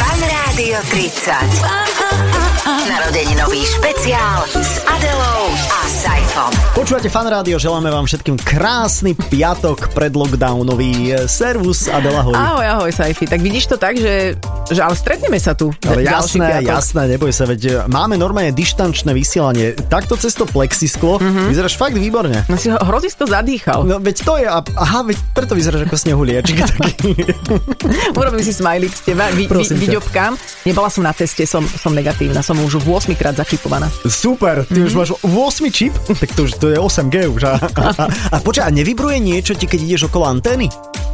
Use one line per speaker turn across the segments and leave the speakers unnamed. Rádio 30. Narodeninový špeciál s Adelou a Saifom.
Počúvate fan rádio, želáme vám všetkým krásny piatok pred lockdownový. eh, Servus Adela, hoj.
Ahoj, ahoj, Saifi. Tak vidíš to tak, že, že ale stretneme sa tu.
Ale
Ďalší
jasné,
piatok.
jasné, neboj sa, veď eh, máme normálne dištančné vysielanie. Takto cez to plexisklo mm-hmm. vyzeráš fakt výborne.
No si ho- hrozisko zadýchal.
No veď to je, a- aha, veď preto vyzeráš ako snehuliečik taký.
Urobím si smajlik z teba, vy, vy,
Prosím ťa.
vyďobkám. Nebola som na teste, som, som negatívna, som už 8 krát začipovaná.
Super, ty mm-hmm. už máš 8 čip, tak to už to je 8G už. A, a, a, a počkaj, a nevybruje niečo ti, keď ideš okolo antény?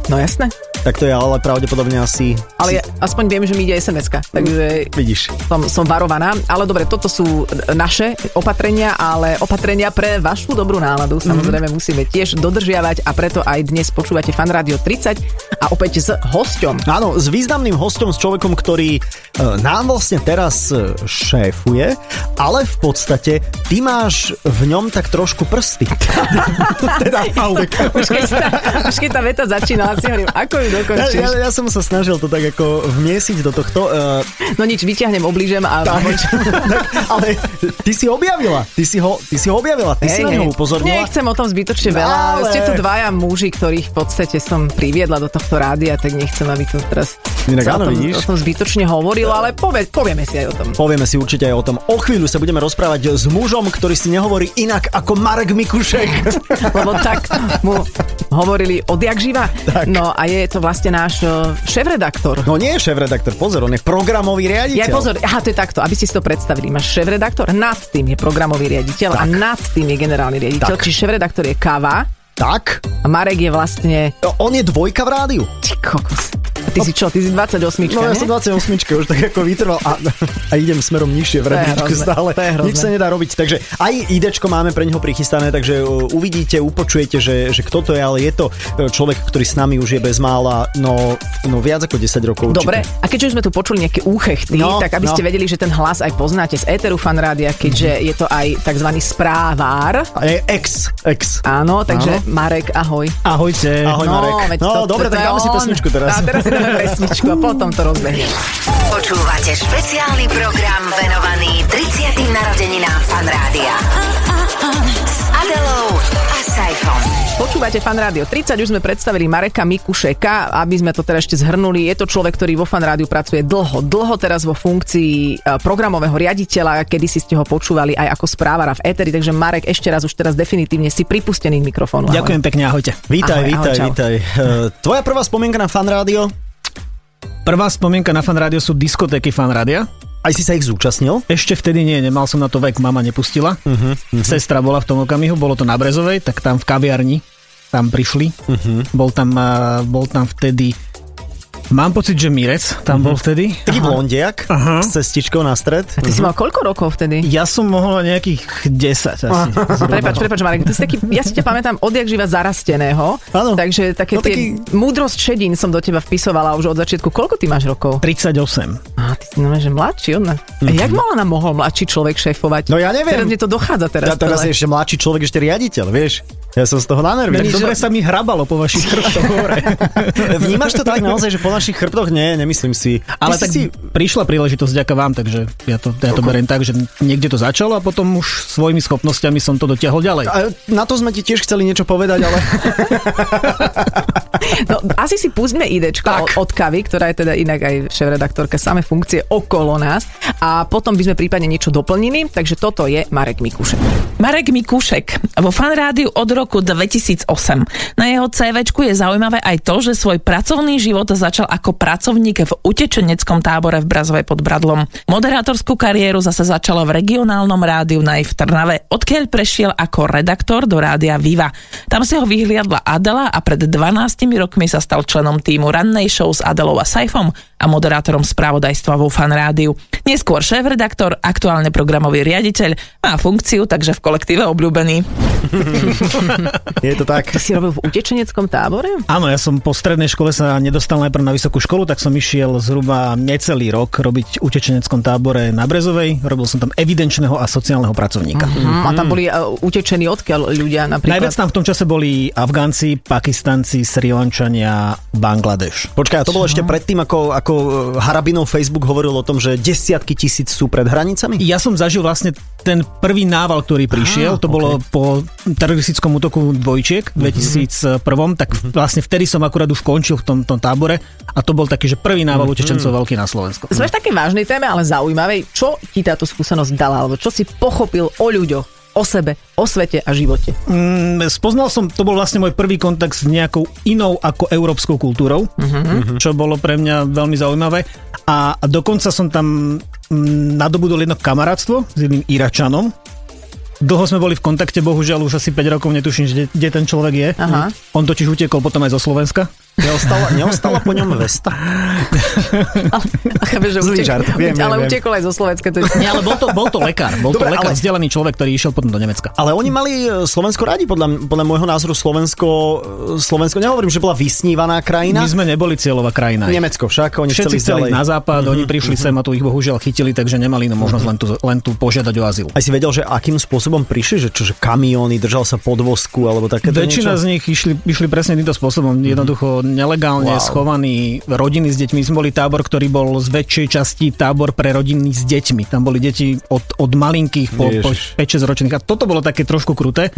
No jasné.
Tak to je ale pravdepodobne asi...
Ale ja, aspoň viem, že mi ide SMS-ka, takže
Vidíš.
som, som varovaná. Ale dobre, toto sú naše opatrenia, ale opatrenia pre vašu dobrú
Mhm.
náladu samozrejme mm-hmm. musíme tiež dodržiavať a preto aj dnes počúvate Fan Rádio 30 a opäť s hosťom.
Áno, s významným hostom, s človekom, ktorý e, nám vlastne teraz e, šéfuje, ale v podstate ty máš v ňom tak trošku prsty. teda Paulek.
Už keď, tá, už keď tá veta začínala, si hovorím, ako ju
Ja,
dokončíš.
ja, ja som sa snažil to tak ako vmiesiť do tohto, e,
No nič, vyťahnem oblížem a...
tak, ale ty si objavila, ty si ho, ty si ho objavila, ty si
Hej,
na
hej.
neho upozornila.
Nechcem o tom zbytočne veľa,
No, ale-
ale... ste tu dvaja muži, ktorých v podstate som priviedla do tohto rádia, tak nechcem, aby tu teraz
Inak
sa
áno,
o, tom,
vidíš.
o tom zbytočne hovoril, ale povie, povieme si aj o tom.
Povieme si určite aj o tom. O chvíľu sa budeme rozprávať s mužom, ktorý si nehovorí inak ako Marek Mikušek.
Lebo tak mu hovorili odjak živa.
Tak.
No a je to vlastne náš e, šéf-redaktor.
No nie je šéf-redaktor, pozor, on je programový riaditeľ.
Ja pozor, aha, to je takto, aby ste si to predstavili. Máš šéf-redaktor, nad tým je programový riaditeľ a nad tým je generálny riaditeľ.
Tak.
Čiže šéf-redaktor je Kava
Tak,
a Marek je vlastne...
No, on je dvojka v rádiu.
Ty kokos. A ty si čo, ty si 28
No ja
ne?
som 28 už tak ako vytrval a, a idem smerom nižšie v rebríčku
hrozné,
stále.
to je hrozné.
Nič sa nedá robiť. Takže aj idečko máme pre neho prichystané, takže uh, uvidíte, upočujete, že, že kto to je, ale je to uh, človek, ktorý s nami už je bezmála no, no viac ako 10 rokov. určite.
Dobre, a keďže už sme tu počuli nejaké úchechty,
No,
no, tak aby
no.
no. ste vedeli, že ten hlas aj poznáte z Eteru Fan Rádia, keďže je to aj tzv. správár.
A je Ex, ex.
Áno, takže Marek, ahoj.
Ahojte. Ahoj
no,
Marek.
veď
No
to,
dobre,
to,
tak
je
dáme si
on.
pesničku teraz.
A teraz si dáme pesničku a potom to rozbehne.
Počúvate špeciálny program venovaný 30. narodeninám Fan Rádia. S Adelou a Saifom.
Počúvate Fan Rádio 30, už sme predstavili Mareka Mikušeka, aby sme to teda ešte zhrnuli. Je to človek, ktorý vo Fan Rádiu pracuje dlho, dlho teraz vo funkcii e, programového riaditeľa, kedy si ste ho počúvali aj ako správara v Eteri, takže Marek ešte raz už teraz definitívne si pripustený k mikrofónu. Ahoj.
Ďakujem pekne, ahojte.
Vítaj,
Ahoj, ahoj,
vítaj,
čau.
vítaj. Eh, Tvoja prvá spomienka na fan rádio,
Prvá spomienka na fan rádio sú diskotéky fan rádia.
aj si sa ich zúčastnil?
Ešte vtedy nie, nemal som na to vek, mama nepustila. Uh-huh,
Mhm,
uh-huh. Sestra bola v tom okamihu, bolo to na Brezovej, tak tam v kaviarni, tam prišli. Uh-huh.
Mhm.
Bol, tam, a, bol tam vtedy, mám pocit, že Mirec
Mhm.
tam uh-huh. bol vtedy.
Taký blondiak
Aha.
s cestičkou na stred.
Ty si mal koľko rokov vtedy?
Ja som mohol nejakých 10 asi.
Prepač, prepač, Marek, ty si taký, ja si ťa pamätám odjak živa zarasteného,
Áno.
takže
No
také no, tie
taký-
múdrosť šedín som do teba vpisovala už od začiatku. Koľko ty máš rokov?
38.
Á, ty si normálne, že mladší od nás. Mm-hmm. Jak mala nám mohol mladší človek šéfovať?
Mhm. No ja neviem.
Teraz mi to dochádza teraz.
Ja teraz je
celé.
ešte mladší človek, ešte riaditeľ, vieš. Ja som z toho na nervy. Tak
Tak dobre
dobre,
sa mi hrabalo po vašich chrbtoch hore.
Vnímaš to tak naozaj, že po našich chrbtoch? Nie, nemyslím si.
Ale
Ty
tak
si...
si... prišla príležitosť ďaká vám, takže ja to, ja to beriem tak, že niekde to začalo a potom už svojimi schopnosťami som to dotiahol ďalej.
A na to sme ti tiež chceli niečo povedať, ale
No, asi si pustme idečko od, od Kavy, ktorá je teda inak aj šéf-redaktorka, same funkcie okolo nás a potom by sme prípadne niečo doplnili, takže toto je Marek Mikušek.
Marek Mikušek vo fanrádiu od roku 2008. Na jeho CVčku je zaujímavé aj to, že svoj pracovný život začal ako pracovník v utečeneckom tábore v Brazove pod Bradlom. Moderátorskú kariéru zase začalo v regionálnom rádiu na v Trnave, odkiaľ prešiel ako redaktor do rádia Viva. Tam si ho vyhliadla Adela a pred 12 rokmi sa stal členom týmu rannej show s Adelou a Saifom a moderátorom správodajstva vo fanrádiu. Neskôr šéf-redaktor, aktuálne programový riaditeľ, má funkciu, takže v kolektíve obľúbený.
Je to tak.
To si robil v utečeneckom tábore?
Áno, ja som po strednej škole sa nedostal najprv na vysokú školu, tak som išiel zhruba necelý rok robiť v utečeneckom tábore na Brezovej. Robil som tam evidenčného a sociálneho pracovníka. Mhm.
Mm. A tam
Mhm.
boli e, utečení odkiaľ ľudia napríklad?
Najviac tam v tom čase boli Afgánci, Pakistanci, Sri Lančania, Bangladeš.
Počkaj, a to bolo ešte predtým, ako, ako e, Harabinov Facebook hovoril o tom, že desiatky tisíc sú pred hranicami?
Ja som zažil vlastne ten prvý nával, ktorý
Á,
prišiel, to bolo po teroristickom útoku dvojčiek v 2001, tak vlastne vtedy som akurát už končil v tom, tom tábore a to bol taký, že prvý nával utečencov veľký na Slovensko.
Sme v takej vážnej téme, ale zaujímavej. Čo ti táto skúsenosť dala? Alebo čo si pochopil o ľuďoch, o sebe, o svete a živote?
Mm, spoznal som, to bol vlastne môj prvý kontakt s nejakou inou ako európskou kultúrou, mm-hmm. čo bolo pre mňa veľmi zaujímavé. A, a dokonca som tam mm, nadobudol jedno kamarátstvo s jedným Iračanom. Dlho sme boli v kontakte, bohužiaľ už asi 5 rokov netuším, že kde, kde ten človek je. Mm.
Aha.
On totiž utiekol potom aj zo Slovenska.
Neostala, neostala po ňom vesta?
A chápeš, že
Zlý
utek-
žart, viem, viem,
ale
viem.
utekol aj zo Slovenska. To je...
Nie, ale bol to, bol to lekár, bol
Dobre,
to lekár,
ale-
ale... vzdelaný človek, ktorý išiel potom do Nemecka.
Ale oni mali e, Slovensko radi, podľa, podľa môjho názoru Slovensko, e, Slovensko, nehovorím, že bola vysnívaná krajina.
My sme neboli cieľová krajina.
Nemecko však, oni
Všetci
chceli
chceli
ďalej.
na západ, mm-hmm, oni prišli mm-hmm. sem a tu ich bohužiaľ chytili, takže nemali no možnosť len tu, len tu požiadať o azyl.
Aj si vedel, že akým spôsobom prišli, že čože kamióny, držal sa podvozku alebo takéto
Väčšina
niečo? Mhm.
z nich išli, išli presne týmto spôsobom, jednoducho nelegálne
Wow.
wow. schovaní rodiny s deťmi. My sme boli tábor, ktorý bol z väčšej časti tábor pre rodiny s deťmi. Tam boli deti od, od malinkých po, po
Ježiš. Mhm.
5-6 ročných a toto bolo také trošku kruté.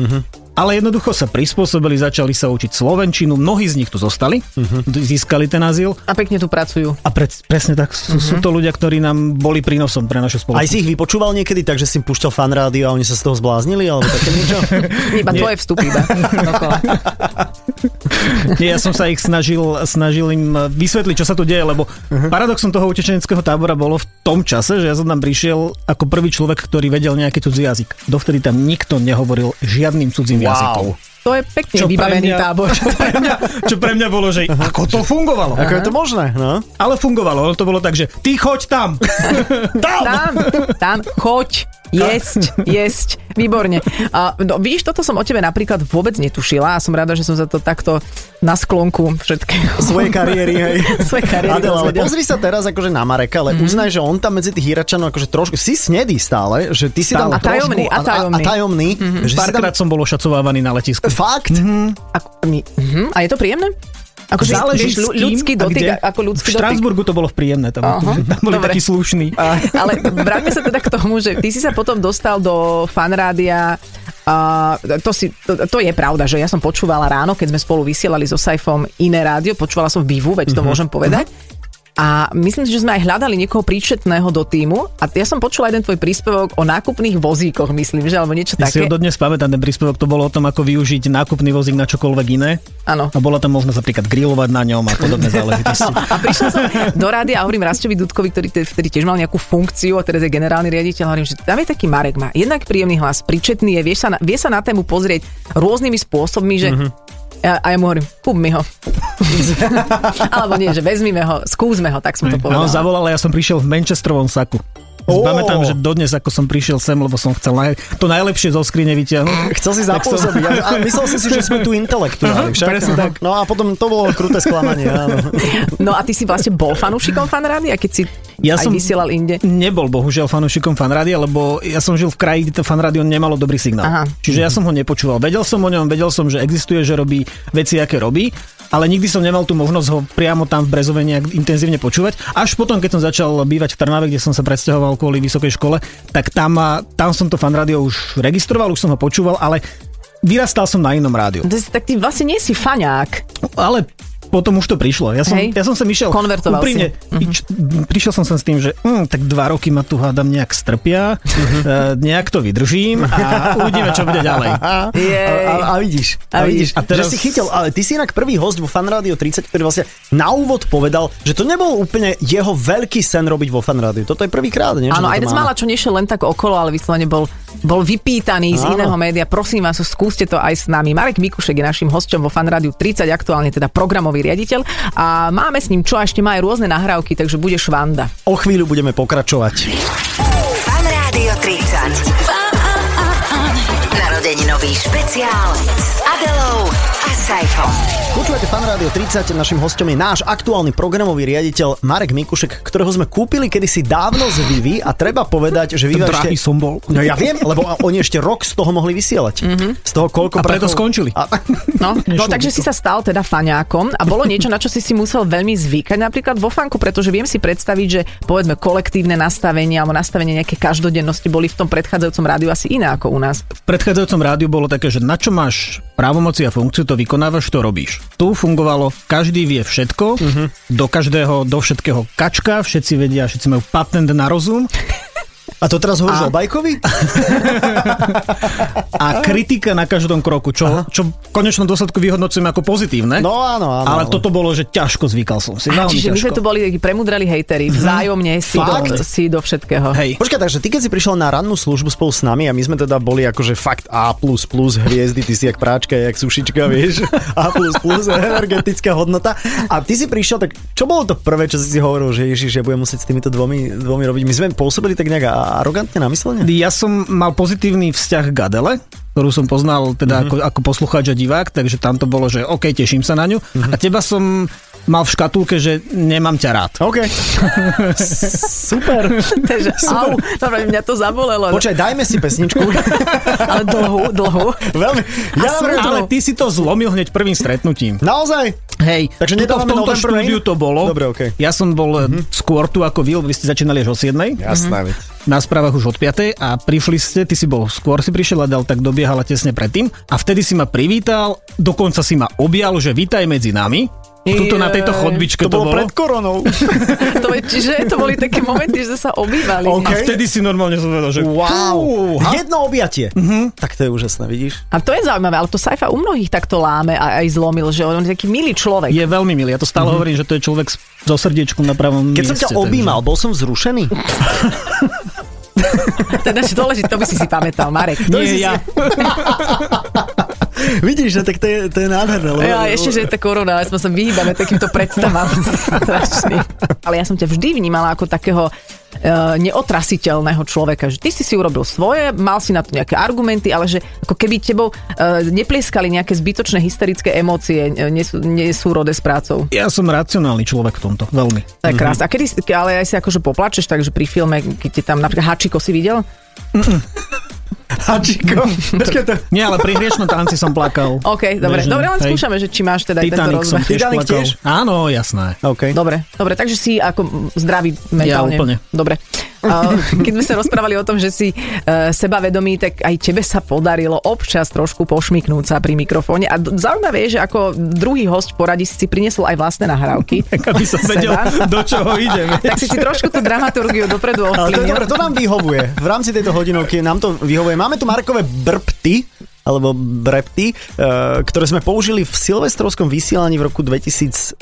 Ale jednoducho sa prispôsobili, začali sa učiť slovenčinu, mnohí z nich tu zostali,
Mhm.
získali ten azyl
A pekne tu pracujú.
a pre, presne tak sú, sú to ľudia, ktorí nám boli prínosom pre našu spoločnosť.
Mhm. Aj si ich vypočúval niekedy, takže si im púšťal fan rádio a oni sa z toho zbláznili alebo také niečo?
Iba tvoje vstupy. Iba. Dokola.
Nie, ja som sa ich snažil, snažil im eh, vysvetliť, čo sa tu deje, lebo
Mhm.
paradoxom toho utečeneckého tábora bolo v tom čase, že ja som tam prišiel ako prvý človek, ktorý vedel nejaký cudzí jazyk. Dovtedy tam nikto nehovoril žiadnym cudzím wow. jazykom.
To je pekne
Čo pre
vybavený
mňa-
tábor.
Čo pre, mňa, čo pre mňa bolo, že ako to fungovalo.
Ako je to možné, no?
Ale fungovalo, ono to bolo tak, že ty choď tam.
Tam, tam, choď, jesť, jesť, výborne. A, no, vidíš, toto som o tebe napríklad vôbec netušila a som rada, že som za to takto na sklonku všetkého.
Svoje kariéry, hej.
Svoje kariéry
Adela, ale
dozvedel. Mhm.
pozri sa teraz akože na Mareka, ale mm-hmm. uznaj, že on tam medzi tých hýračanov akože trošku, si snedý stále, že ty si tam
Stále. A tajomný,
trošku,
a tajomný. Mhm.
A, a tajomný mm-hmm. že si tam,
Párkrát som bol ošacovávaný na letisku.
fakt? Mm-hmm.
Ako, my, uh-huh, a je to príjemné? Ako, že
Záleží
vieš, ľu-
s kým
ľudský
a
dotyk,
kde.
ako ľudský
V
dotyk.
Štrásburgu to bolo v príjemné, tam,
Aha,
tam boli
dobre.
takí slušní.
Ale vráťme sa teda k tomu, že ty si sa potom dostal do fanrádia a to, si, to, to je pravda, že ja som počúvala ráno, keď sme spolu vysielali so Saifom iné rádio, počúvala som Vivu, veď to
Mhm.
môžem povedať. A myslím si, že sme aj hľadali niekoho príčetného do týmu a ja som počula jeden tvoj príspevok o nákupných vozíkoch, myslím, že alebo niečo
Ja si
také.
ho dodnes pamätám, ten príspevok to bolo o tom, ako využiť nákupný vozík na čokoľvek iné.
Áno.
A bola tam možnosť napríklad grilovať na ňom a podobné záležitosti.
A prišla som do rády a hovorím Rastovi Dudkovi, ktorý te- vtedy tiež mal nejakú funkciu a teraz je generálny riaditeľ, hovorím, že tam je taký Marek má jednak príjemný hlas, príčetný je, vie sa na, vie sa na tému pozrieť rôznymi spôsobmi, že
Mhm.
a, a ja mu hovorím, kúp mi ho. Alebo nie, že vezmime ho, skúsme ho, tak som to
A on
povedala.
zavolal a ja som prišiel v Manchesterovom saku.
Ó.
Pamätám, že dodnes ako som prišiel sem, lebo som chcel naj- to najlepšie zo skrine vyťahnuť.
Chcel si
Tak som-
zapôsobiť. A, a myslel si si, že sme tu intelektuáli, však?
Presne tak.
No a potom to bolo kruté sklamanie, áno.
No a ty si vlastne bol fanúšikom fan rády, a keď si
Ja
aj
som-
vysielal inde.
Nebol bohužiaľ fanúšikom fanrádia, lebo ja som žil v kraji, kde to fanrádio nemalo dobrý signál.
Aha.
Čiže ja som ho nepočúval. Vedel som o ňom, vedel som, že existuje, že robí veci, aké robí, ale nikdy som nemal tú možnosť ho priamo tam v Brezove nejak intenzívne počúvať. Až potom, keď som začal bývať v Trnave, kde som sa presťahoval kvôli vysokej škole, tak tam, a- tam som to fanrádio už registroval, už som ho počúval, ale vyrastal som na inom rádiu.
To si- Tak ty vlastne nie si faňák.
Ale potom už to prišlo. Ja som,
Hej.
ja som sem išiel...
Konvertoval Mhm.
úprimne, ič- Prišiel som sem s tým, že mm, tak dva roky ma tu hádam nejak strpia,
Mhm.
uh, nejak to vydržím a uvidíme, čo bude ďalej.
A,
Jej.
a, a vidíš, a,
A
vidíš, a
vidíš.
teraz... že si chytil, ale ty si inak prvý host vo Fanrádio 30, ktorý vlastne na úvod povedal, že to nebol úplne jeho veľký sen robiť vo Fanrádiu. Toto je prvýkrát, nie? Že to
Áno, aj dnes
má.
mala, čo nešiel len tak okolo, ale vyslovene bol, bol vypýtaný z
Áno.
iného média. Prosím vás, skúste to aj s nami. Marek Mikušek je našim hosťom vo Fanrádiu 30, aktuálne teda programový riaditeľ. A máme s ním čo, a ešte má aj rôzne nahrávky, takže bude švanda.
O chvíľu budeme pokračovať.
Fan Rádio 30. Na Štvordeňnový špeciál s Adelou a Saifom.
Počúvate Fan Rádio 30, našim hostom je náš aktuálny programový riaditeľ Marek Mikušek, ktorého sme kúpili kedysi dávno z Vivi a treba povedať, že Viva
Drahý
ešte...
som bol.
No ja viem, lebo oni ešte rok z toho mohli vysielať. Mm-hmm. Z toho koľko
A preto skončili.
A...
No, no
Nešlo
takže
by
si
to.
sa stal teda faňákom a bolo niečo, na čo si si musel veľmi zvykať, napríklad vo fanku, pretože viem si predstaviť, že povedzme kolektívne nastavenie alebo nastavenie nejaké každodennosti boli v tom predchádzajúcom rádiu asi iné ako u nás.
V predchádzajúcom rádiu bolo také, že na čo máš právomoci a funkciu, to vykonávaš, to robíš. Tu fungovalo, každý vie všetko,
Mhm.
uh-huh. do každého, do všetkého kačka, všetci vedia, všetci majú patent na rozum
a to teraz hovoríš o Bajkovi?
a kritika na každom kroku, čo, čo v konečnom dôsledku vyhodnocujem ako pozitívne.
No áno, áno.
Ale toto bolo, že ťažko zvykal som si. Veľmi
Čiže my sme
ťažko.
tu boli takí premudreli hejteri, vzájomne si do,
Fakt?
si do všetkého.
Hej.
Počkaj, takže ty keď si prišiel na rannú službu spolu s nami a my sme teda boli akože fakt A++ hviezdy, ty si jak práčka, jak sušička, vieš, A++ energetická hodnota a ty si prišiel, tak čo bolo to prvé, čo si si hovoril, že Ježiš, ja budem musieť s týmito dvomi, dvomi robiť? My sme pôsobili tak nejak arogantne namyslene?
Ja som mal pozitívny vzťah k Adele, ktorú som poznal teda mm-hmm. ako, ako poslucháč a divák, takže tam to bolo, že OK, teším sa na ňu. Mm-hmm. A teba som mal v škatulke, že nemám ťa rád.
OK. Super.
Takže, au, dobre, mňa to zabolelo.
no.
Počkaj, dajme si pesničku.
Ale dlhú, dlhú.
Veľmi.
A
Ja,
som-
vrem-
Ale ty si to zlomil hneď prvým stretnutím.
naozaj?
Hej,
Takže
tuto
nedávame
v tomto
November
štúdiu
Rain?
to bolo.
Dobre, OK.
Ja som bol mm-hmm. skôr tu ako vy, lebo vy ste začínali až o 7.
Jasné. veď.
na správach už od 5. a prišli ste, ty si bol skôr si prišiel a dal tak dobiehala tesne predtým a vtedy si ma privítal, dokonca si ma objal, že vítaj medzi nami. Tuto na tejto
Jej.
chodbičke
To bolo
bolo.
pred koronou.
To je, čiže to boli také momenty, že sa obývali.
A vtedy si normálne zvedel, že
Wow.
Fúha.
Jedno objatie. Mm-hmm. Tak to je úžasné, vidíš?
A to je zaujímavé, ale to Saifa u mnohých takto láme a aj zlomil, že on je taký milý človek.
Je veľmi milý, ja to stále mm-hmm. hovorím, že to je človek s- so srdiečkom na pravom
Keď som
mieste.
ťa objímal, bol som vzrušený?
Teda, že dôležité, to by si si pamätal, Marek.
Takže... Nie, ja.
Vidíš, že tak to je, to je nádherné. Lebo,
Ja, ešte, že je tá korona, ale sme sa vyhýbame takýmto predstavám strašný. Ale ja som ťa vždy vnímala ako takého e, neotrasiteľného človeka, že ty si si urobil svoje, mal si na to nejaké argumenty, ale že ako keby tebou e, neplieskali nejaké zbytočné hysterické emócie, e, nesú, nesúrode s prácou.
ja som racionálny človek v tomke, veľmi.
To
Mhm.
je krásne. A kedy, si- ale aj si akože poplačeš, takže pri filme, keď ti tam napríklad Hačiko si videl?
Hačiko, počkaj to.
Nie, ale pri hriešnom tanci som plakal.
OK, dobre.
Vieš, že-
Dobre, len
hej.
skúšame, že či máš teda aj tento
Titanic som
rozmer.
tiež
Titanic
plakal.
tiež?
Áno, jasné.
OK.
Dobre, dobre, takže si ako zdravý mentálne.
úplne.
Dobre. Uh, Keď sme sa rozprávali o tom, že si uh, sebavedomý, tak aj tebe sa podarilo občas trošku pošmiknúť sa pri mikrofóne. A d- zaujímavé je, že ako druhý host poradí si si priniesol aj vlastné nahrávky.
No,
Tak aby som vedel,
Seba.
do čoho ideme.
Tak si si trošku tú dramaturgiu
Ale to
dopredu
je
ovplyvnil.
dobré, to nám vyhovuje. V rámci tejto hodinovky nám to vyhovuje. Máme tu Markové brpty, alebo brepty, e, ktoré sme použili v silvestrovskom vysielaní v roku 2012.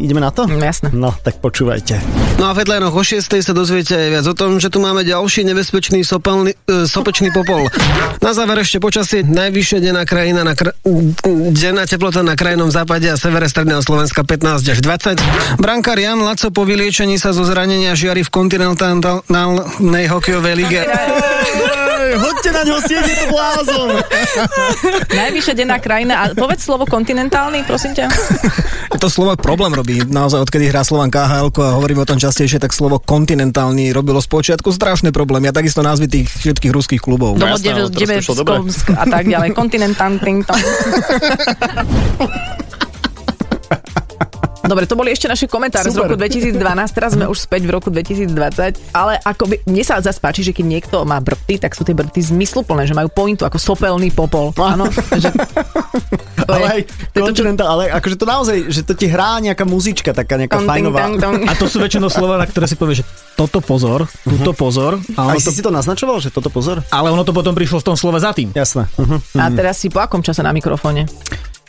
Ideme na to?
No, jasné.
No, tak počúvajte.
No a v headlinoch o 6. sa dozviete aj viac o tom, že tu máme ďalší nebezpečný sopalný, e, sopečný popol. Na záver ešte počasie. Najvyššia denná, krajina na kra- denná teplota na krajnom západe a severe stredného Slovenska 15 až 20. Brankár Jan Laco po vyliečení sa zo zranenia žiari v kontinentálnej hokejovej lige.
Ej, Hoďte na ňo sieť, je to blázon.
Najvyššia denná krajina. A povedz slovo kontinentálny, prosím ťa.
To slovo problém robí. Naozaj, odkedy hrá Slovan KHL a hovorím o tom častejšie, tak slovo kontinentálny robilo spočiatku strašné problémy a takisto názvy tých všetkých ruských klubov.
No, jasné, ale teraz prišlo dobre.
Skomsk a tak ďalej. Kontinentán, ting, tong. Dobre, to boli ešte naše komentáre z
Super.
roku 2012, teraz sme už späť v roku 2020, ale ako by, mne sa zase páči, že keď niekto má brty, tak sú tie brty zmysluplné, že majú pointu ako sopelný popol. Áno, že to
Ale
je-
aj
to je to, čo-
kontinentál, ale akože to naozaj, že to ti hrá nejaká muzička, taká nejaká
tong, ting, tong,
fajnová.
tong.
A to sú väčšinou slova, na ktoré si povieš, že toto pozor, túto pozor, a
Aj
ono to,
si si to naznačoval, že toto pozor?
ale ono to potom prišlo v tom slove za tým.
Jasné. Uh-huh.
A teraz si po akom čase na mikrofóne?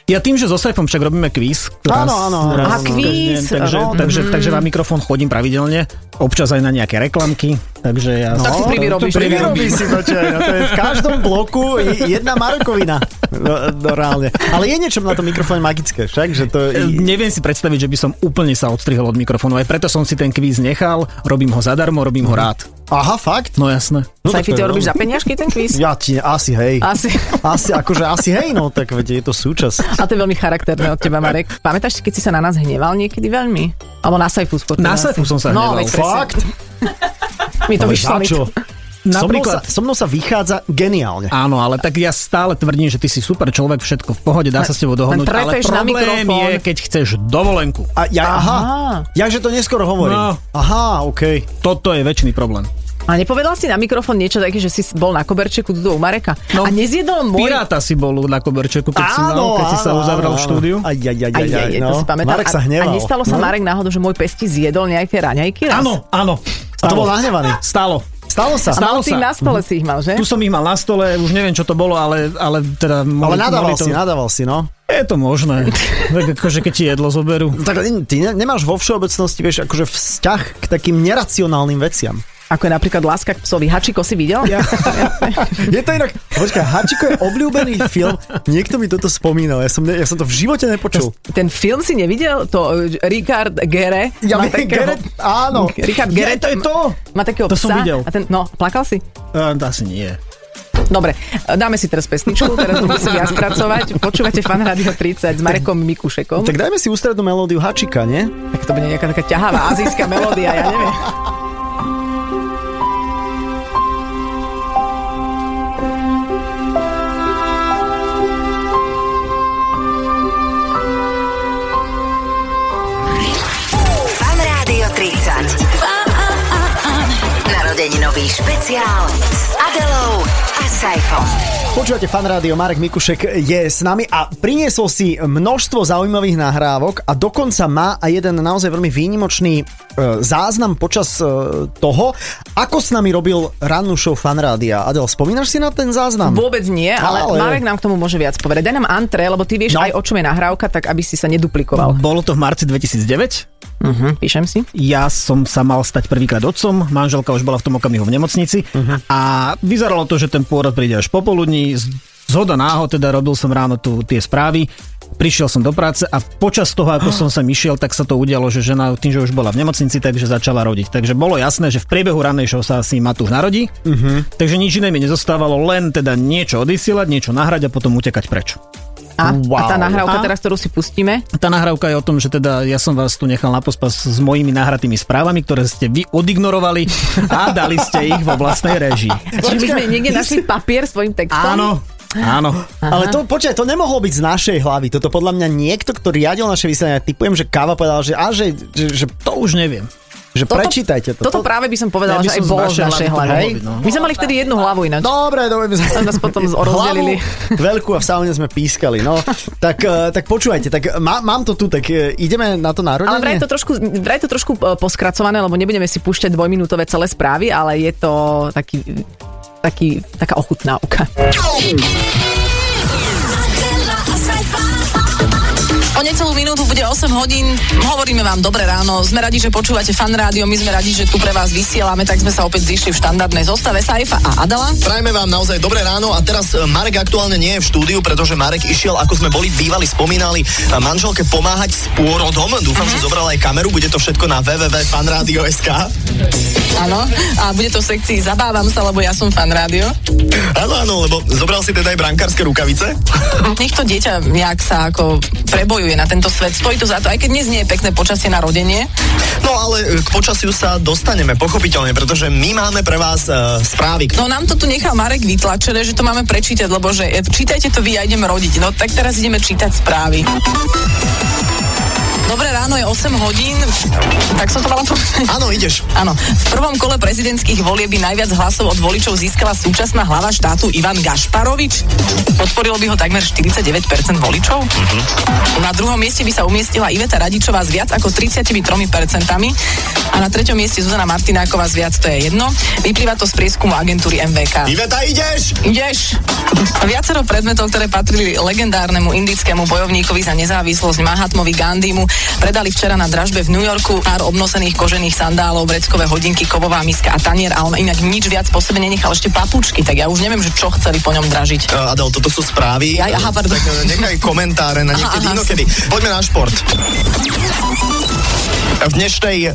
Ja tým, že so Saifom však robíme kvíz. no,
Áno, áno, áno.
Aha, kvíz,
Takže,
áno.
takže, takže na mikrofón chodím pravidelne, občas aj na nejaké reklamky. Takže ja...
Tak si privyrobíš.
No, to privyrobí si to, čo je. No, to je v každom bloku je jedna marokovina. No, no, reálne. Ale je niečo na tom mikrofóne magické, však? Že to
E,
je...
Neviem si predstaviť, že by som úplne sa odstrihol od mikrofónu, aj preto som si ten kvíz nechal, robím ho zadarmo, robím ho rád.
Aha, fakt?
No jasné.
No, tak
Saifi,
to
ty
je
robíš
veľmi-
za peniažky ten quiz?
Ja ti, asi hej.
Asi.
Asi, akože asi hej, no, tak veď je to súčasť.
A to je veľmi charakterné od teba, Marek. Pamätáš si, keď si sa na nás hneval niekedy veľmi? Alebo na Saifu skôr.
Na
teda
Saifu
asi.
som sa
no,
hneval.
veď presne.
Fakt?
Mi to
Ale
vyšlo.
za
mi
čo? So
to-
mnou, sa,
No, Napríklad,
so mnou sa vychádza geniálne.
Áno, ale tak ja stále tvrdím, že ty si super človek, všetko v pohode, dá sa s tebou dohodnúť, ale
trepeš na
problém
mikrofón.
je, keď chceš dovolenku.
A ja, aha,
Aha.
ja že to neskoro hovorím.
No.
Aha, okej.
Toto je väčší problém.
A nepovedal si na mikrofón niečo také, že si bol na koberčeku tuto u Mareka? No, a nezjedol môj...
Piráta si bol na koberčeku, keď, si, no, keď si sa uzavrel v štúdiu.
Aj, aj, aj,
Aj,
aj,
aj, aj, to
no.
si pamätám.
Marek
A-
sa hneval.
A nestalo sa
no?
Marek náhodou, že môj pesti zjedol nejaké raňajky raz?
Áno, áno.
A to bol nahnevaný.
Stalo.
Stalo sa.
A
Stalo
mal si
sa.
ich na stole, si ich mal, že?
Tu som ich mal na stole, už neviem, čo to bolo, ale, ale
Ale
teda... mohli-
nadával
mohli to-
si, nadával si, no.
Je to možné. tak akože keď ti jedlo zoberú.
Tak e, ty ne- nemáš vo všeobecnosti, vieš, akože vzťah k takým neracionálnym veciam.
Ako je napríklad láska k psovi. Hačiko si videl? Ja.
Je to inak, počkaj, Hačiko je obľúbený film, niekto mi toto spomínal, ja som, ne, ja som to v živote nepočul.
Ten film si nevidel? To e, Richard Gere.
Ja
má
viem, Gerrit, áno.
Richard
Ja,
Gere
to je to!
Má takého
To
psa.
som videl.
A ten, no, plakal si?
Uh, asi nie.
Dobre, dáme si teraz pesničku, teraz to musím ja spracovať. Počúvate Fan Radio 30 s Marekom Mikušekom.
Tak dajme si ústrednú melódiu Hačika, nie?
Tak to bude nejaká taká ťahavá azijská melódia, ja neviem.
Fan Rádio 30. Narodeninový špeciál s Adelou a Saifom.
Počúvate fan rádio, Marek Mikušek je s nami a priniesol si množstvo zaujímavých nahrávok a dokonca má aj jeden naozaj veľmi výnimočný e, záznam počas e, toho, ako s nami robil rannú show fan rádia. Adel, spomínaš si na ten záznam?
Vôbec nie, ale,
Ale-
ale Marek nám k tomu môže viac povedať. Daj nám antre, lebo ty vieš
No.
no. aj o čom je nahrávka, tak aby si sa neduplikoval.
Bolo to v marci 2009.
Hm, píšem si.
Ja som sa mal stať prvýkrát otcom, manželka už bola v tom okamihu v nemocnici uh-huh. a vyzeralo to, že ten pôrod príde až popoludní. Z- Zhoda náhod, teda robil som ráno tu tie správy, prišiel som do práce a počas toho, ako som sa išiel, tak sa to udialo, že žena tým, že už bola v nemocnici, takže začala rodiť. Takže bolo jasné, že v priebehu ranej show sa asi Matúš narodí, uh-huh. takže nič iné mi nezostávalo, len teda niečo odysielať, niečo nahrať a potom utekať preč.
A, wow. a tá
Wow.
nahrávka
A?
teraz, ktorú si pustíme,
Tá nahrávka je o tom, že teda ja som vás tu nechal na pospas s mojimi nahratými správami, ktoré ste vy odignorovali a dali ste ich vo vlastnej režii.
Čiže my sme niekde našli papier s tvojim textom.
Áno, áno.
Ale to, počkaj, to nemohlo byť z našej hlavy. Toto podľa mňa niekto, kto riadil naše vysielanie, typujem, že Káva povedal, že, a, že, že, že,
To už neviem.
že prečítajte to.
Toto práve by som povedala,
Ja by
že aj
som z
bolo v
našej
našej
hlavy to
hlave.
mohlo
hej?
byť, no.
My sme mali vtedy jednu hlavu ináč.
Dobre, dobre. My sme
nás potom rozdelili.
Hlavu veľkú a v saune sme pískali, no. Tak, eh, tak počúvajte, tak má, mám to tu, tak eh, ideme na to národenie?
Ale vraj to, trošku, vraj to trošku e, poskracované, lebo nebudeme si púšťať dvojminútové celé správy, ale je to taký, taký, taká ochutnávka.
O necelú minútu bude 8 hodín. Hovoríme vám dobré ráno. Sme radi, že počúvate fan rádio. My sme radi, že tu pre vás vysielame, tak sme sa opäť zišli v štandardnej zostave Saifa a Adela.
Prajme vám naozaj dobré ráno a teraz e, Marek aktuálne nie je v štúdiu, pretože Marek išiel, ako sme boli bývali, spomínali, e, manželke pomáhať s pôrodom. Dúfam, že zobral aj kameru, bude to všetko na www.fanradio.sk.
Áno. A bude to v sekcii Zabávam sa, lebo ja som fan rádio.
Áno, áno, lebo zobral si teda aj brankárske rukavice.
Nech to dieťa nejak sa ako prebojuje na tento svet. Stojí to za to, aj keď dnes nie je pekné počasie na rodenie.
No ale e, k počasiu sa dostaneme, pochopiteľne, pretože my máme pre vás e, správy.
No nám to tu nechal Marek vytlačené, že to máme prečítať, lebo že e, čítajte to vy a ideme rodiť. No tak teraz ideme čítať správy. Dobré ráno, je 8 hodín. Tak som to mala povedať.
Áno, ideš.
Áno, v prvom kole prezidentských volieb by najviac hlasov od voličov získala súčasná hlava štátu Ivan Gašparovič. Podporilo by ho takmer 49% voličov. Na druhom mieste by sa umiestnila Iveta Radičová s viac ako 33% a na treťom mieste Zuzana Martináková s viac, to je jedno. Vyplýva to z prieskumu agentúry MVK.
Iveta, ideš!
Ideš. Viacero predmetov, ktoré patrili legendárnemu indickému bojovníkovi za nezávislosť Mahatmovi Gandhimu, Predali včera na dražbe v New Yorku pár obnosených kožených sandálov, vreckové hodinky, kovová miska a tanier, a on inak nič viac po sebe nenechal, ešte papučky, tak ja už neviem, že čo chceli po ňom dražiť.
E, Adel, toto sú správy.
Aj, aha, pardon.
Tak e, nechaj komentáre na niekedy
aha.
inokedy. Poďme na šport. V dnešnej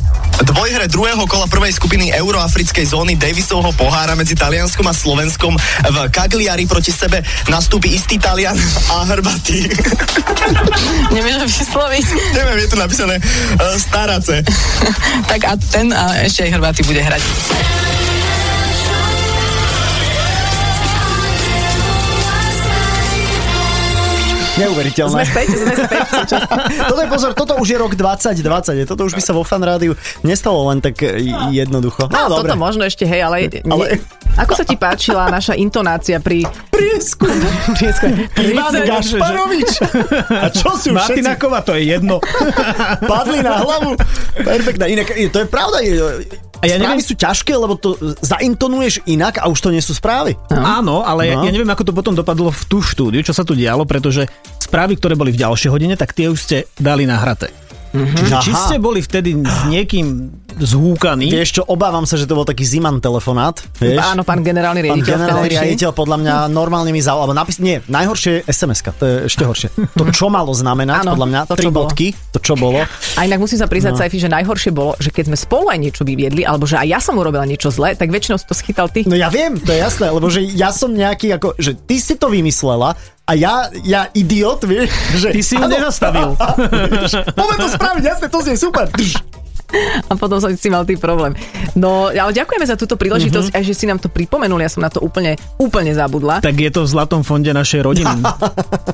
dvojhre druhého kola prvej skupiny Euroafrickej zóny Davisovho pohára medzi Talianskom a Slovenskom v Cagliari proti sebe nastúpi istý Talian a Hrbatý.
Neviem, že vysloviť.
Neviem, je tu napísané e, starace.
tak a ten a ešte aj Hrváty bude hrať.
Sme
Neuveriteľné.
späť, sme späť. Čo-
toto je pozor, toto už je rok 2020, toto už by sa vo fan rádiu nestalo len tak e, jednoducho. No,
No,
dobre.
toto možno ešte, hej, ale...
Ale-
ale... Ako sa ti páčila naša intonácia pri...
Priesku. Ivan
Priesku-
Gašparovič. A čo si už všetci
Martinakova, to je jedno.
padli na hlavu? Perfektná. Inak, e, to je pravda. A
A
ja
ja
správy
neviem-
sú ťažké, lebo to zaintonuješ inak a už to nie sú správy.
Áno, ale
No.
no. ja, ja neviem, ako to potom dopadlo v tú štúdiu, čo sa tu dialo, pretože správy, ktoré boli v ďalšej hodine, tak tie už ste dali na hrate. Čiže Mhm. či
Aha.
ste boli vtedy s niekým zhúkaní,
Vieš čo, obávam sa, že to bol taký ziman telefonát. Vieš?
Áno, pán generálny
Pán
riaditeľ.
generálny
vtedajší.
riaditeľ podľa mňa normálne mi zavolal, alebo napis, nie, najhoršie je sms to je ešte horšie. To, čo malo znamenať,
Áno,
podľa mňa,
to,
tri
čo bolo.
bodky, to, čo bolo.
A inak musím sa priznať, no. Saifi, že najhoršie bolo, že keď sme spolu aj niečo vyviedli, alebo že aj ja som urobila niečo zlé, tak väčšinou si to schytal ty.
No ja viem, to je jasné, lebo že ja som nejaký, ako, že ty si to vymyslela a ja, ja idiot, vieš, že...
Ty si ju
Áno,
nezastavil.
vieš, Poďme to spraviť, jasné, to znie super. Drž.
A potom som si mal tý problém. No, ale ďakujeme za túto príležitosť, mm-hmm. aj že si nám to pripomenuli, ja som na to úplne, úplne zabudla.
tak je Mhm. to v zlatom fonde našej rodiny.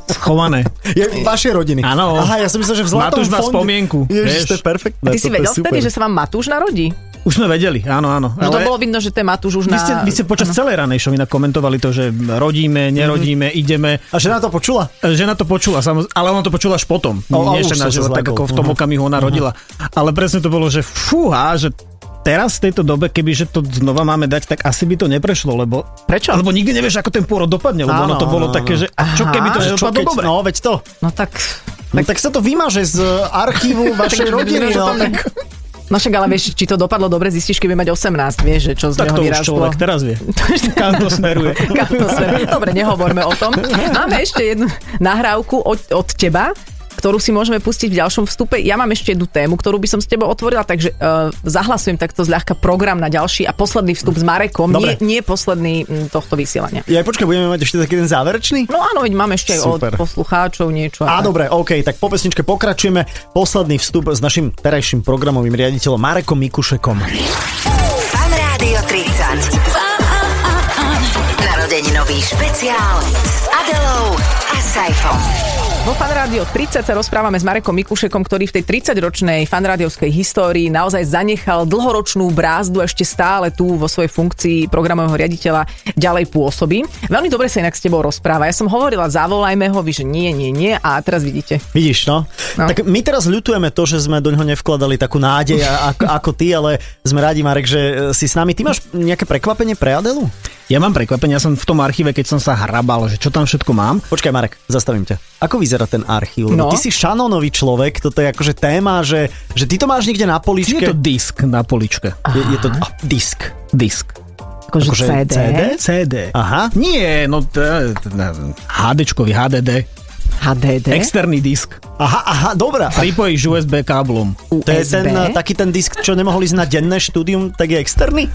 Schované.
Je, vaše rodiny.
Áno.
Aha, ja som myslel, že v zlatom
Matúš má
fonde-
spomienku,
Ježiš,
vieš.
to je perfektné.
A ty si
toto je
vedel vtedy,
super.
že sa vám Matúš narodí?
Už sme vedeli, áno, áno.
No to bolo vidno, že ten Matúš už
vy,
na...
ste, vy ste počas ano. celej ranej show inak komentovali to, že
Mhm.
rodíme, nerodíme, mm-hmm. ideme.
A žena to počula?
Žena to počula, samoz... ale ona to počula až potom.
O, No, a
nie
už
ešte
sa
naživo,
zlakol.
tak ako v tom
Mhm.
okamihu ona rodila. Ale presne to bolo, že fúha, že teraz v tejto dobe, kebyže to znova máme dať, tak asi by to neprešlo, lebo...
Prečo?
Lebo nikdy nevieš, ako ten pôrod dopadne, lebo
Áno,
ono to bolo
áno,
také,
áno.
že a čo
Aha,
keby to
Že čo
nedopadlo
keď,
dobre?
no, veď to.
No tak...
No, tak sa to vymaže z e, archívu vašej rodiny.
no,
No, tak...
tak... No však ale vieš, či to dopadlo dobre, zistíš, keby mať 18, vieš, že čo z
Tak
neho
to už
vyrástlo.
človek teraz vie, kam to smeruje.
Kam to sme? Dobre, nehovorme o tom. Máme ešte jednu nahrávku od, od teba ktorú si môžeme pustiť v ďalšom vstupe. Ja mám ešte jednu tému, ktorú by som s tebou otvorila, takže uh, zahlasujem takto zľahka program na ďalší a posledný vstup s Marekom,
Dobre.
nie, nie posledný mm, tohto vysielania.
Ja počkaj, budeme mať ešte taký ten záverečný?
No áno, veď mám ešte aj od
Super.
poslucháčov niečo.
A
a tak.
dobre, OK, tak po pesničke pokračujeme. Posledný vstup s našim terajším programovým riaditeľom Marekom Mikušekom.
Fan Rádio 30. Narodeninový špeciál s Adelou a Saifom.
Vo Fanrádio 30 sa rozprávame s Marekom Mikušekom, ktorý v tej 30-ročnej fanrádiovskej histórii naozaj zanechal dlhoročnú brázdu a ešte stále tu vo svojej funkcii programového riaditeľa ďalej pôsobí. Veľmi dobre sa inak s tebou rozpráva. Ja som hovorila, zavolajme ho, vy že nie, nie, nie a teraz vidíte.
Vidíš, no? no?
No.
Tak my teraz ľutujeme to, že sme do ňoho nevkladali takú nádej a- ako, ako ty, ale sme radi, Marek, že e, si s nami. Ty máš nejaké prekvapenie pre Adelu?
Ja mám prekvapenie, ja som v tom archíve, keď som sa hrabal, že čo tam všetko mám,
Počkaj, Marek, zastavím ťa. Ako vyzerá ten archív? No?
No.
Ty si šanónový človek, toto je akože téma, že, že ty to máš niekde na
Je
poličke.
to disk na poličke.
je, je to a, disk.
Disk.
Akože,
Akože
CD.
CD?
CD.
Aha.
Nie, no t- t- HDčkový, HDD.
E?
HDD,
Externý disk.
Aha, aha, dobrá.
Pripojíš USB káblom. No,
To je
USB.
ten, e, taký ten disk, čo nemohol ísť na denné štúdium, tak je externý?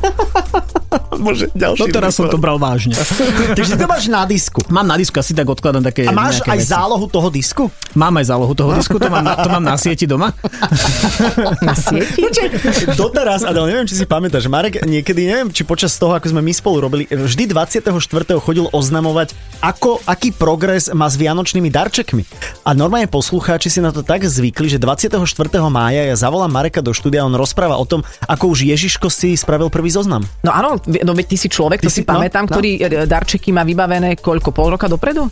Bože, ďalší.
No teraz som to bral vážne.
Takže to máš na disku.
Mám na disku, asi tak odkladám
A
také
máš
nejaké
aj
veci.
zálohu toho disku?
Mám aj zálohu toho disku, to mám, na, to mám na sieti doma.
na sieti?
Doteraz, ale neviem, či si pamätáš, Marek niekedy, neviem, či počas toho, ako sme my spolu robili, vždy 24. chodil oznamovať, ako, aký progres má s vianočnými darčekmi. A normálne poslucháči si na to tak zvykli, že 24. mája ja zavolám Mareka do štúdia a on rozpráva o tom, ako už Ježiško si spravil prvý zoznam.
No áno, no veď ty si človek,
Ty
to
si-
si,
no,
pamätám,
no.
ktorý e, darčeky má vybavené koľko, pol roka dopredu?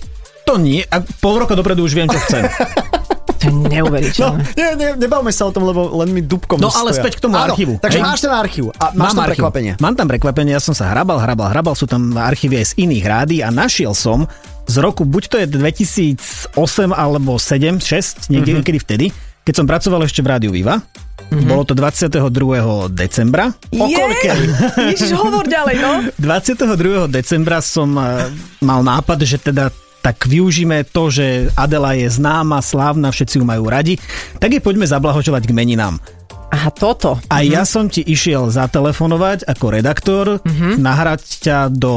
To nie, a pol roka dopredu už viem, čo chcem.
To je
No,
neuveriteľné.
nie, nie, nebavme sa o tom, lebo len mi dúbkom
No, ale
stoja.
späť k tomu
Áno,
archívu,
Takže
hej?
máš ten archív a máš tam
archív.
prekvapenie.
Mám tam prekvapenie, ja som sa hrabal, hrabal, hrabal, sú tam archívy aj z iných rádií a našiel som
Mhm.
z roku, buď to je 2008 alebo 7, 6, niekde, mm-hmm. niekedy vtedy, keď keď som pracoval ešte v Rádiu Viva, mm-hmm. bolo to 22. decembra.
O koľkej?
Ježiš, hovor ďalej, no.
22. decembra som eh, mal nápad, že teda tak využíme to, že Adela je známa, slávna, všetci ju majú radi, tak jej poďme zablahožovať k meninám.
Aha, toto.
A ja som ti išiel zatelefonovať ako redaktor, mm-hmm. nahrať ťa do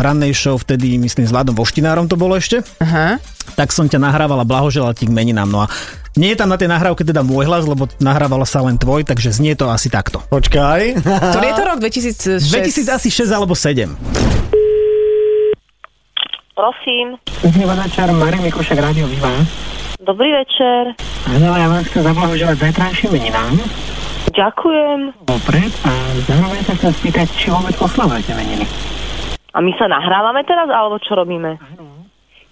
rannej show, vtedy myslím s Vladom Voštinárom to bolo ešte,
Aha.
tak som ťa nahrával a blahoželal ti k meninám. No a nie je tam na tej nahrávke teda môj hlas, lebo nahrávala sa len tvoj, takže znie to asi takto.
Počkaj.
Ktorý je to rok? 2006?
2006 alebo 7.
Prosím.
Dobrý večer, Marek Mikušek, Rádio Viva.
Dobrý večer.
Áno, ja vám chcem zablahoželať zajtrajším meninám
Ďakujem.
vopred a zároveň sa chcem spýtať, či vôbec oslavujete meniny.
A my sa nahrávame teraz, alebo čo robíme?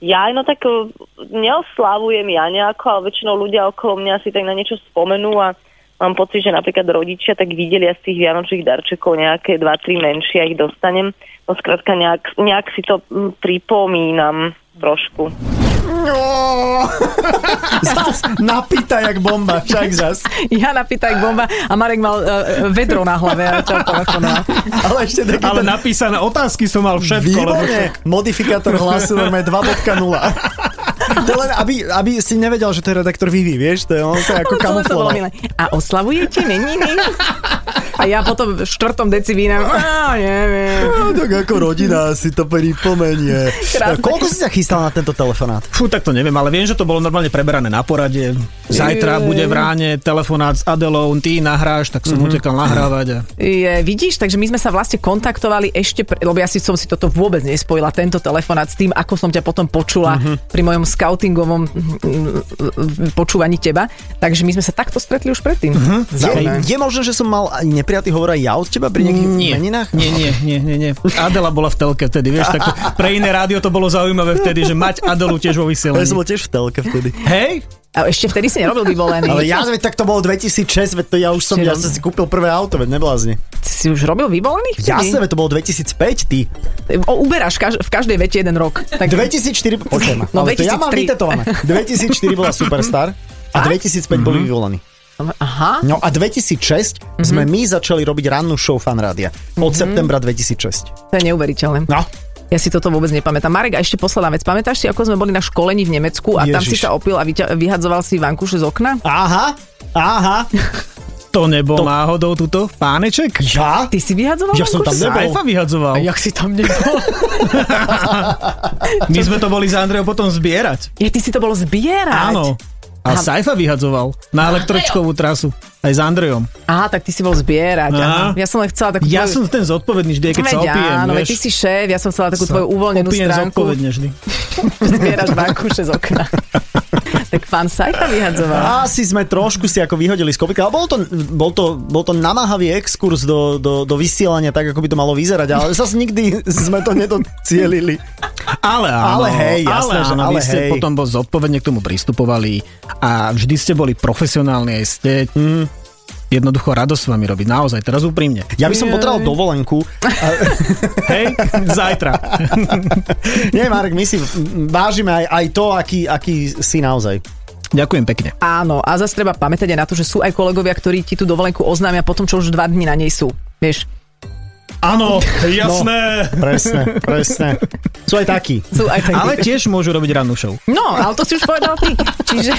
Ja, no tak uh, neoslavujem ja nejako, ale väčšinou ľudia okolo mňa si tak na niečo spomenú a mám pocit, že napríklad rodičia tak videli ja z tých vianočných darčekov nejaké 2-3 menšie a ich dostanem. No skrátka nejak, nejak si to mm, pripomínam trošku.
Zas napýta jak bomba, však zas.
Ja napýtaj bomba a Marek mal uh, vedro na hlave a čo telefonoval.
Ale ešte taký
Ale
ten
napísané otázky som mal všetko, lebo
výborne. Modifikátor hlasu normálne 2.0. To len, aby, aby si nevedel, že to je redaktor Vivi, vieš, to je on sa ako
Celé to bolo
kamufloval.
milé. A oslavujete meniny? A ja potom v štvrtom deci vínam. Á, neviem.
No, tak ako rodina si to pripomenie.
Krásne.
Koľko si sa chystal na tento telefonát?
Fú, tak to neviem, ale viem, že to bolo normálne preberané na porade. Zajtra bude v ráne telefonát s Adelou, ty nahráš, tak som mm-hmm. utekal nahrávať. A...
Je, vidíš, takže my sme sa vlastne kontaktovali ešte, pre, lebo ja si som si toto vôbec nespojila, tento telefonát s tým, ako som ťa potom počula
Mhm.
uh-huh. pri mojom scoutingovom mm, počúvaní teba. Takže my sme sa takto stretli už predtým. Uh-huh.
Je, Mhm. je možné, že som mal aj neprijatý hovor aj ja od teba pri nejakých
Nie,
meninách?
nie, nie, nie, nie, nie. Adela bola v telke vtedy, vieš, tak to, pre iné rádio to bolo zaujímavé vtedy, že mať Adelu tiež
Ja
vo
som
vysielaní.
bol tiež v telke vtedy.
Hej,
A ešte vtedy si nerobil vyvolený.
Ale ja, veď tak to bolo 2006, veď to ja už som, ja som si kúpil prvé auto, veď neblázni.
Si už robil vyvolený?
Ja sa, veď to bolo 2005, ty.
O, uberáš kaž- v každej vete jeden rok. Tak
2004, počkaj ma,
No,
ale to ja mám
2003.
vytetované. 2004 bola Superstar a 2005 boli
Mhm.
vyvolaní.
Aha.
No a 2006
Mhm.
sme my začali robiť rannú show fanrádia. Od septembra 2006.
To je neuveriteľné.
No.
Ja si toto vôbec nepamätám. Marek, a ešte posledná vec. Pamätáš si, ako sme boli na školení v Nemecku a tam si
Ježiš.
sa opil a vyťa- vyhadzoval si vankuše z okna?
Aha, aha,
to nebol to... náhodou tuto páneček?
ja?
Ty si vyhadzoval
Ja som tam
vankuše?
nebol.
Saifa vyhadzoval.
Jak si tam nebol?
My sme to boli s Andreou potom zbierať.
Ja, ty si to bolo zbierať.
Áno. A
Aha.
Saifa vyhadzoval na elektročkovú trasu. Aj s Andrejom.
Aha, tak ty si bol zbierať.
Aha.
Aha. Ja som len chcela takú...
Ja
tvoju-
som ten zodpovedný vždy, aj keď sa
Veď
opijem.
áno, veď
vieš.
ty si šéf, ja som chcela takú
Sa
tvoju uvoľnenú
opijem
stránku.
zodpovedne vždy.
Zbieraš vankuše z okna. tak pán Sajfa vyhadzoval.
Asi sme trošku si ako vyhodili z kopyka, ale bol to, bol to, bol to namáhavý exkurs do, do, do vysielania, tak ako by to malo vyzerať, ale zase nikdy sme to nedocielili.
Ale áno,
Ale hej, jasné,
ale
že
áno,
ale
vy ste
hej.
potom bol zodpovedne k tomu pristupovali a vždy ste boli profesionálni aj ste mm. jednoducho radosť s vami robiť, naozaj, teraz úprimne.
Ja by som potreboval dovolenku.
Hej, zajtra.
Nie, Marek, my si vážime aj, aj to, aký, aký si naozaj.
Ďakujem pekne.
Áno, a zase treba pamätať aj na to, že sú aj kolegovia, ktorí ti tú dovolenku oznámia potom, čo už dva dní na nej sú. Vieš,
Áno, jasné. No.
Presne, presne. Sú aj takí.
sú aj takí.
Ale tiež môžu robiť rannú show.
No, ale to si už povedal ty. Čiže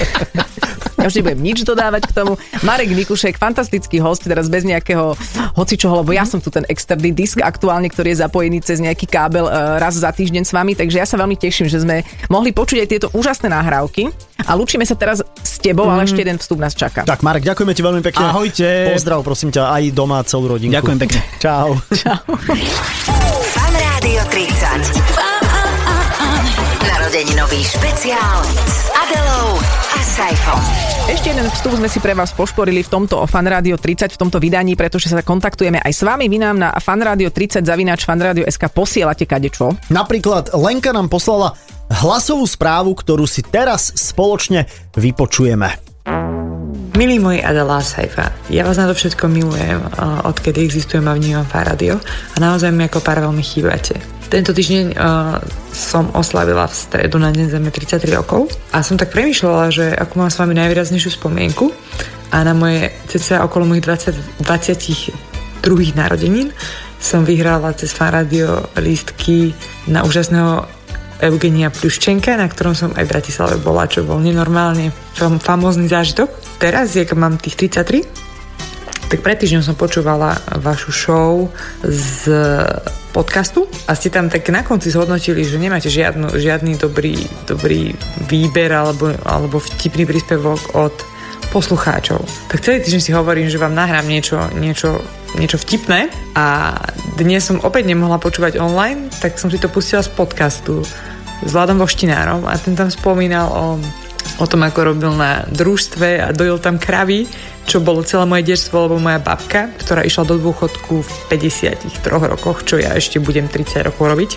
ja už nebudem nič dodávať k tomu. Marek Mikušek, fantastický host, teraz bez nejakého hocičoho, lebo ja som tu ten externý disk aktuálne, ktorý je zapojený cez nejaký kábel e, raz za týždeň s vami, takže ja sa veľmi teším, že sme mohli počuť aj tieto úžasné nahrávky. A lúčime sa teraz s tebou, ale ešte jeden vstup nás čaká.
Tak, Marek, ďakujeme ti veľmi pekne.
Ahojte.
Pozdrav, prosím ťa, aj doma celú rodinku.
Ďakujem pekne.
Čau.
Fan Rádio 30. Narodeninový špeciál s Adelou a Saifom.
Ešte jeden vstup sme si pre vás pošporili v tomto o Fanradio 30, v tomto vydaní, pretože sa kontaktujeme aj s vami. Vy nám na fanradio 30 zavináč fanradio.sk posielate kadečo.
Napríklad Lenka nám poslala hlasovú správu, ktorú si teraz spoločne vypočujeme.
Milí moji Adela a Saifa, ja vás na to všetko milujem, eh, odkedy existujem a vnímam Faradio a naozaj mi ako pár veľmi chýbate. Tento týždeň eh, som oslavila v stredu na Deň Zeme 33 rokov a som tak premýšľala, že ako mám s vami najvýraznejšiu spomienku a na moje cca okolo mojich 20, 20 druhých narodenín som vyhrala cez Faradio lístky na úžasného Eugenia Pluščenka, na ktorom som aj v Bratislave bola, čo bol nenormálne fam- famózny zážitok. Teraz, jak mám tých 33, tak pred týždňom som počúvala vašu show z podcastu a ste tam tak na konci zhodnotili, že nemáte žiadnu, žiadny dobrý, dobrý výber alebo, alebo vtipný príspevok od poslucháčov. Tak celý týždeň si hovorím, že vám nahrám niečo, niečo, niečo vtipné a dnes som opäť nemohla počúvať online, tak som si to pustila z podcastu s Vladom Voštinárom a ten tam spomínal o o tom, ako robil na družstve a dojil tam kravy, čo bolo celé moje detstvo, lebo moja babka, ktorá išla do dôchodku v 53 rokoch, čo ja ešte budem 30 rokov robiť,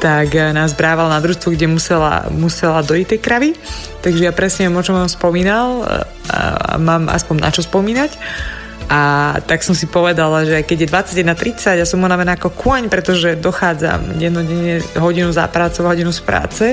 tak eh, nás brávala na družstvo, kde musela, musela dojiť tej kravy. Takže ja presne viem, o čom vám spomínal eh, a mám aspoň na čo spomínať. A tak som si povedala, že keď je 21.30, ja som unavená ako kôň, pretože dochádzam dennodenne hodinu za prácou, hodinu z práce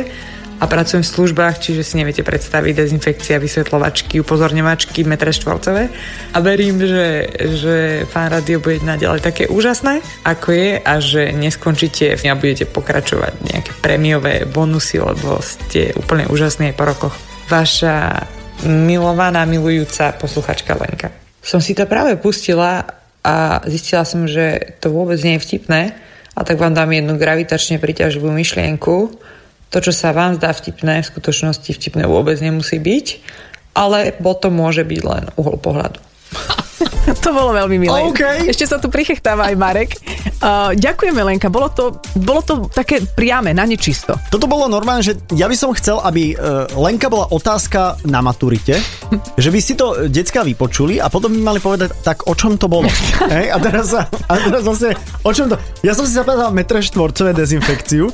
a pracujem v službách, čiže si neviete predstaviť dezinfekcia, vysvetľovačky, upozorňovačky, metre štvorcové. A verím, že, že fan rádio bude naďalej také úžasné, ako je a že neskončíte a budete pokračovať nejaké premiové bonusy, lebo ste úplne úžasní aj po rokoch. Vaša milovaná, milujúca posluchačka Lenka. Som si to práve pustila a zistila som, že to vôbec nie je vtipné a tak vám dám jednu gravitačne príťaživú myšlienku. To, čo sa vám zdá vtipné, v skutočnosti vtipné vôbec nemusí byť, ale bo to môže byť len uhol pohľadu.
To bolo veľmi milé.
OK.
Ešte sa tu prichechtáva aj Marek. Uh, ďakujeme Lenka, bolo to, bolo to také priame, na nečisto.
Toto bolo normálne, že ja by som chcel, aby e, Lenka bola otázka na maturite, že by si to e, decka vypočuli a potom by mali povedať, tak o čom to bolo. Hej, a, teraz, sa- a teraz zase, o čom to... Ja som si zapamätal metre štvorcové dezinfekciu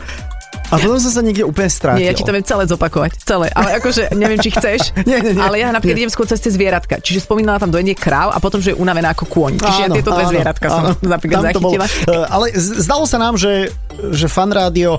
a potom som sa niekde úplne strátil.
Nie, ja ti to viem celé zopakovať, celé. Ale akože neviem, či chceš.
Nie, nie, nie.
ale ja napríklad idem skôr cez tie zvieratka. Čiže spomínala tam dojenie kráv a potom, že je unavená ako kôň. Čiže ja tieto dve zvieratka som
Tam
napríklad
to bolo.
zachytila.
E, Ale z- zdalo sa nám, že, že fan rádio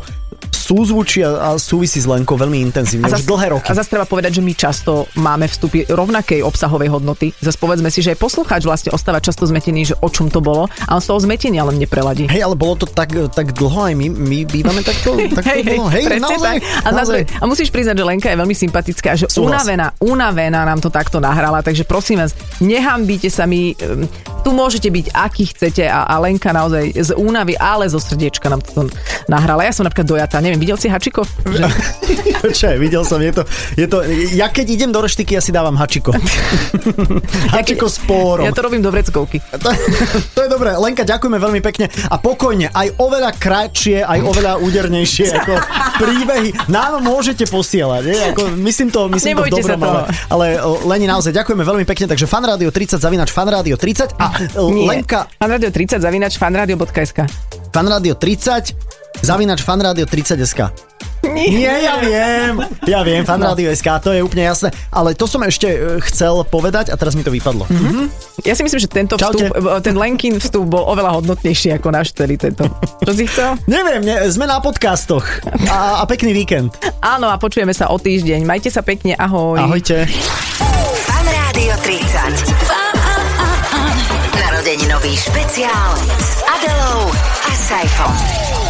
súzvučí a, a súvisí s Lenkou veľmi intenzívne. už
zas-
dlhé roky.
A zase treba povedať, že my často máme vstupy rovnakej obsahovej hodnoty. Zase povedzme si, že aj poslucháč vlastne ostáva často zmetený, že o čom to bolo a on z toho zmetenia len nepreladí.
Hej, ale bolo to tak, e, tak dlho, aj my, my bývame takto, takto dlho. Hej,
presne
naozaj,
tak. A, na
naozaj.
druhej- a musíš priznať, že Lenka je veľmi sympatická a že
Súhlas.
unavená, unavená nám to takto nahrala, takže prosím vás, nehambíte sa mi, ehm, tu môžete byť aký chcete a, a Lenka naozaj z únavy, ale zo srdiečka nám to nahrala. Ja som napríklad dojatá, neviem, videl si Hačiko? Že...
Počkaj, videl som, je to, je to, ja keď idem do reštiky, ja si dávam hačiko. hačiko s pórom.
Ja to robím do vreckovky.
To, to je dobré. Lenka, ďakujeme veľmi pekne a pokojne, aj oveľa kratšie, aj oveľa údernejšie ako príbehy. Nám môžete posielať, nie? Ako, myslím to, myslím to v
Nebojte sa
dobrom,
toho.
ale, ale o, Leni, naozaj ďakujeme veľmi pekne, takže fanradio 30, zavinač fanradio 30 a o,
Nie.
Lenka,
Fanradio 30 zavinač fanradio.sk
fanradio 30, zavinač fanradio 30.sk. Nie, ja viem, ja viem, fanradio SK, to je úplne jasné, ale to som ešte e, chcel povedať a teraz mi to vypadlo. Mm-hmm.
Ja si myslím, že tento
Čaute.
vstup, eh, ten Lenkin vstup bol oveľa hodnotnejší ako náš celý tento. Čo si chcel?
Neviem, ne, sme na podcastoch a, a pekný víkend.
Áno a počujeme sa o týždeň. Majte sa pekne, ahoj.
Ahojte.
Fan Rádio 30. Narodeninový špeciál s Adelou a Saifom.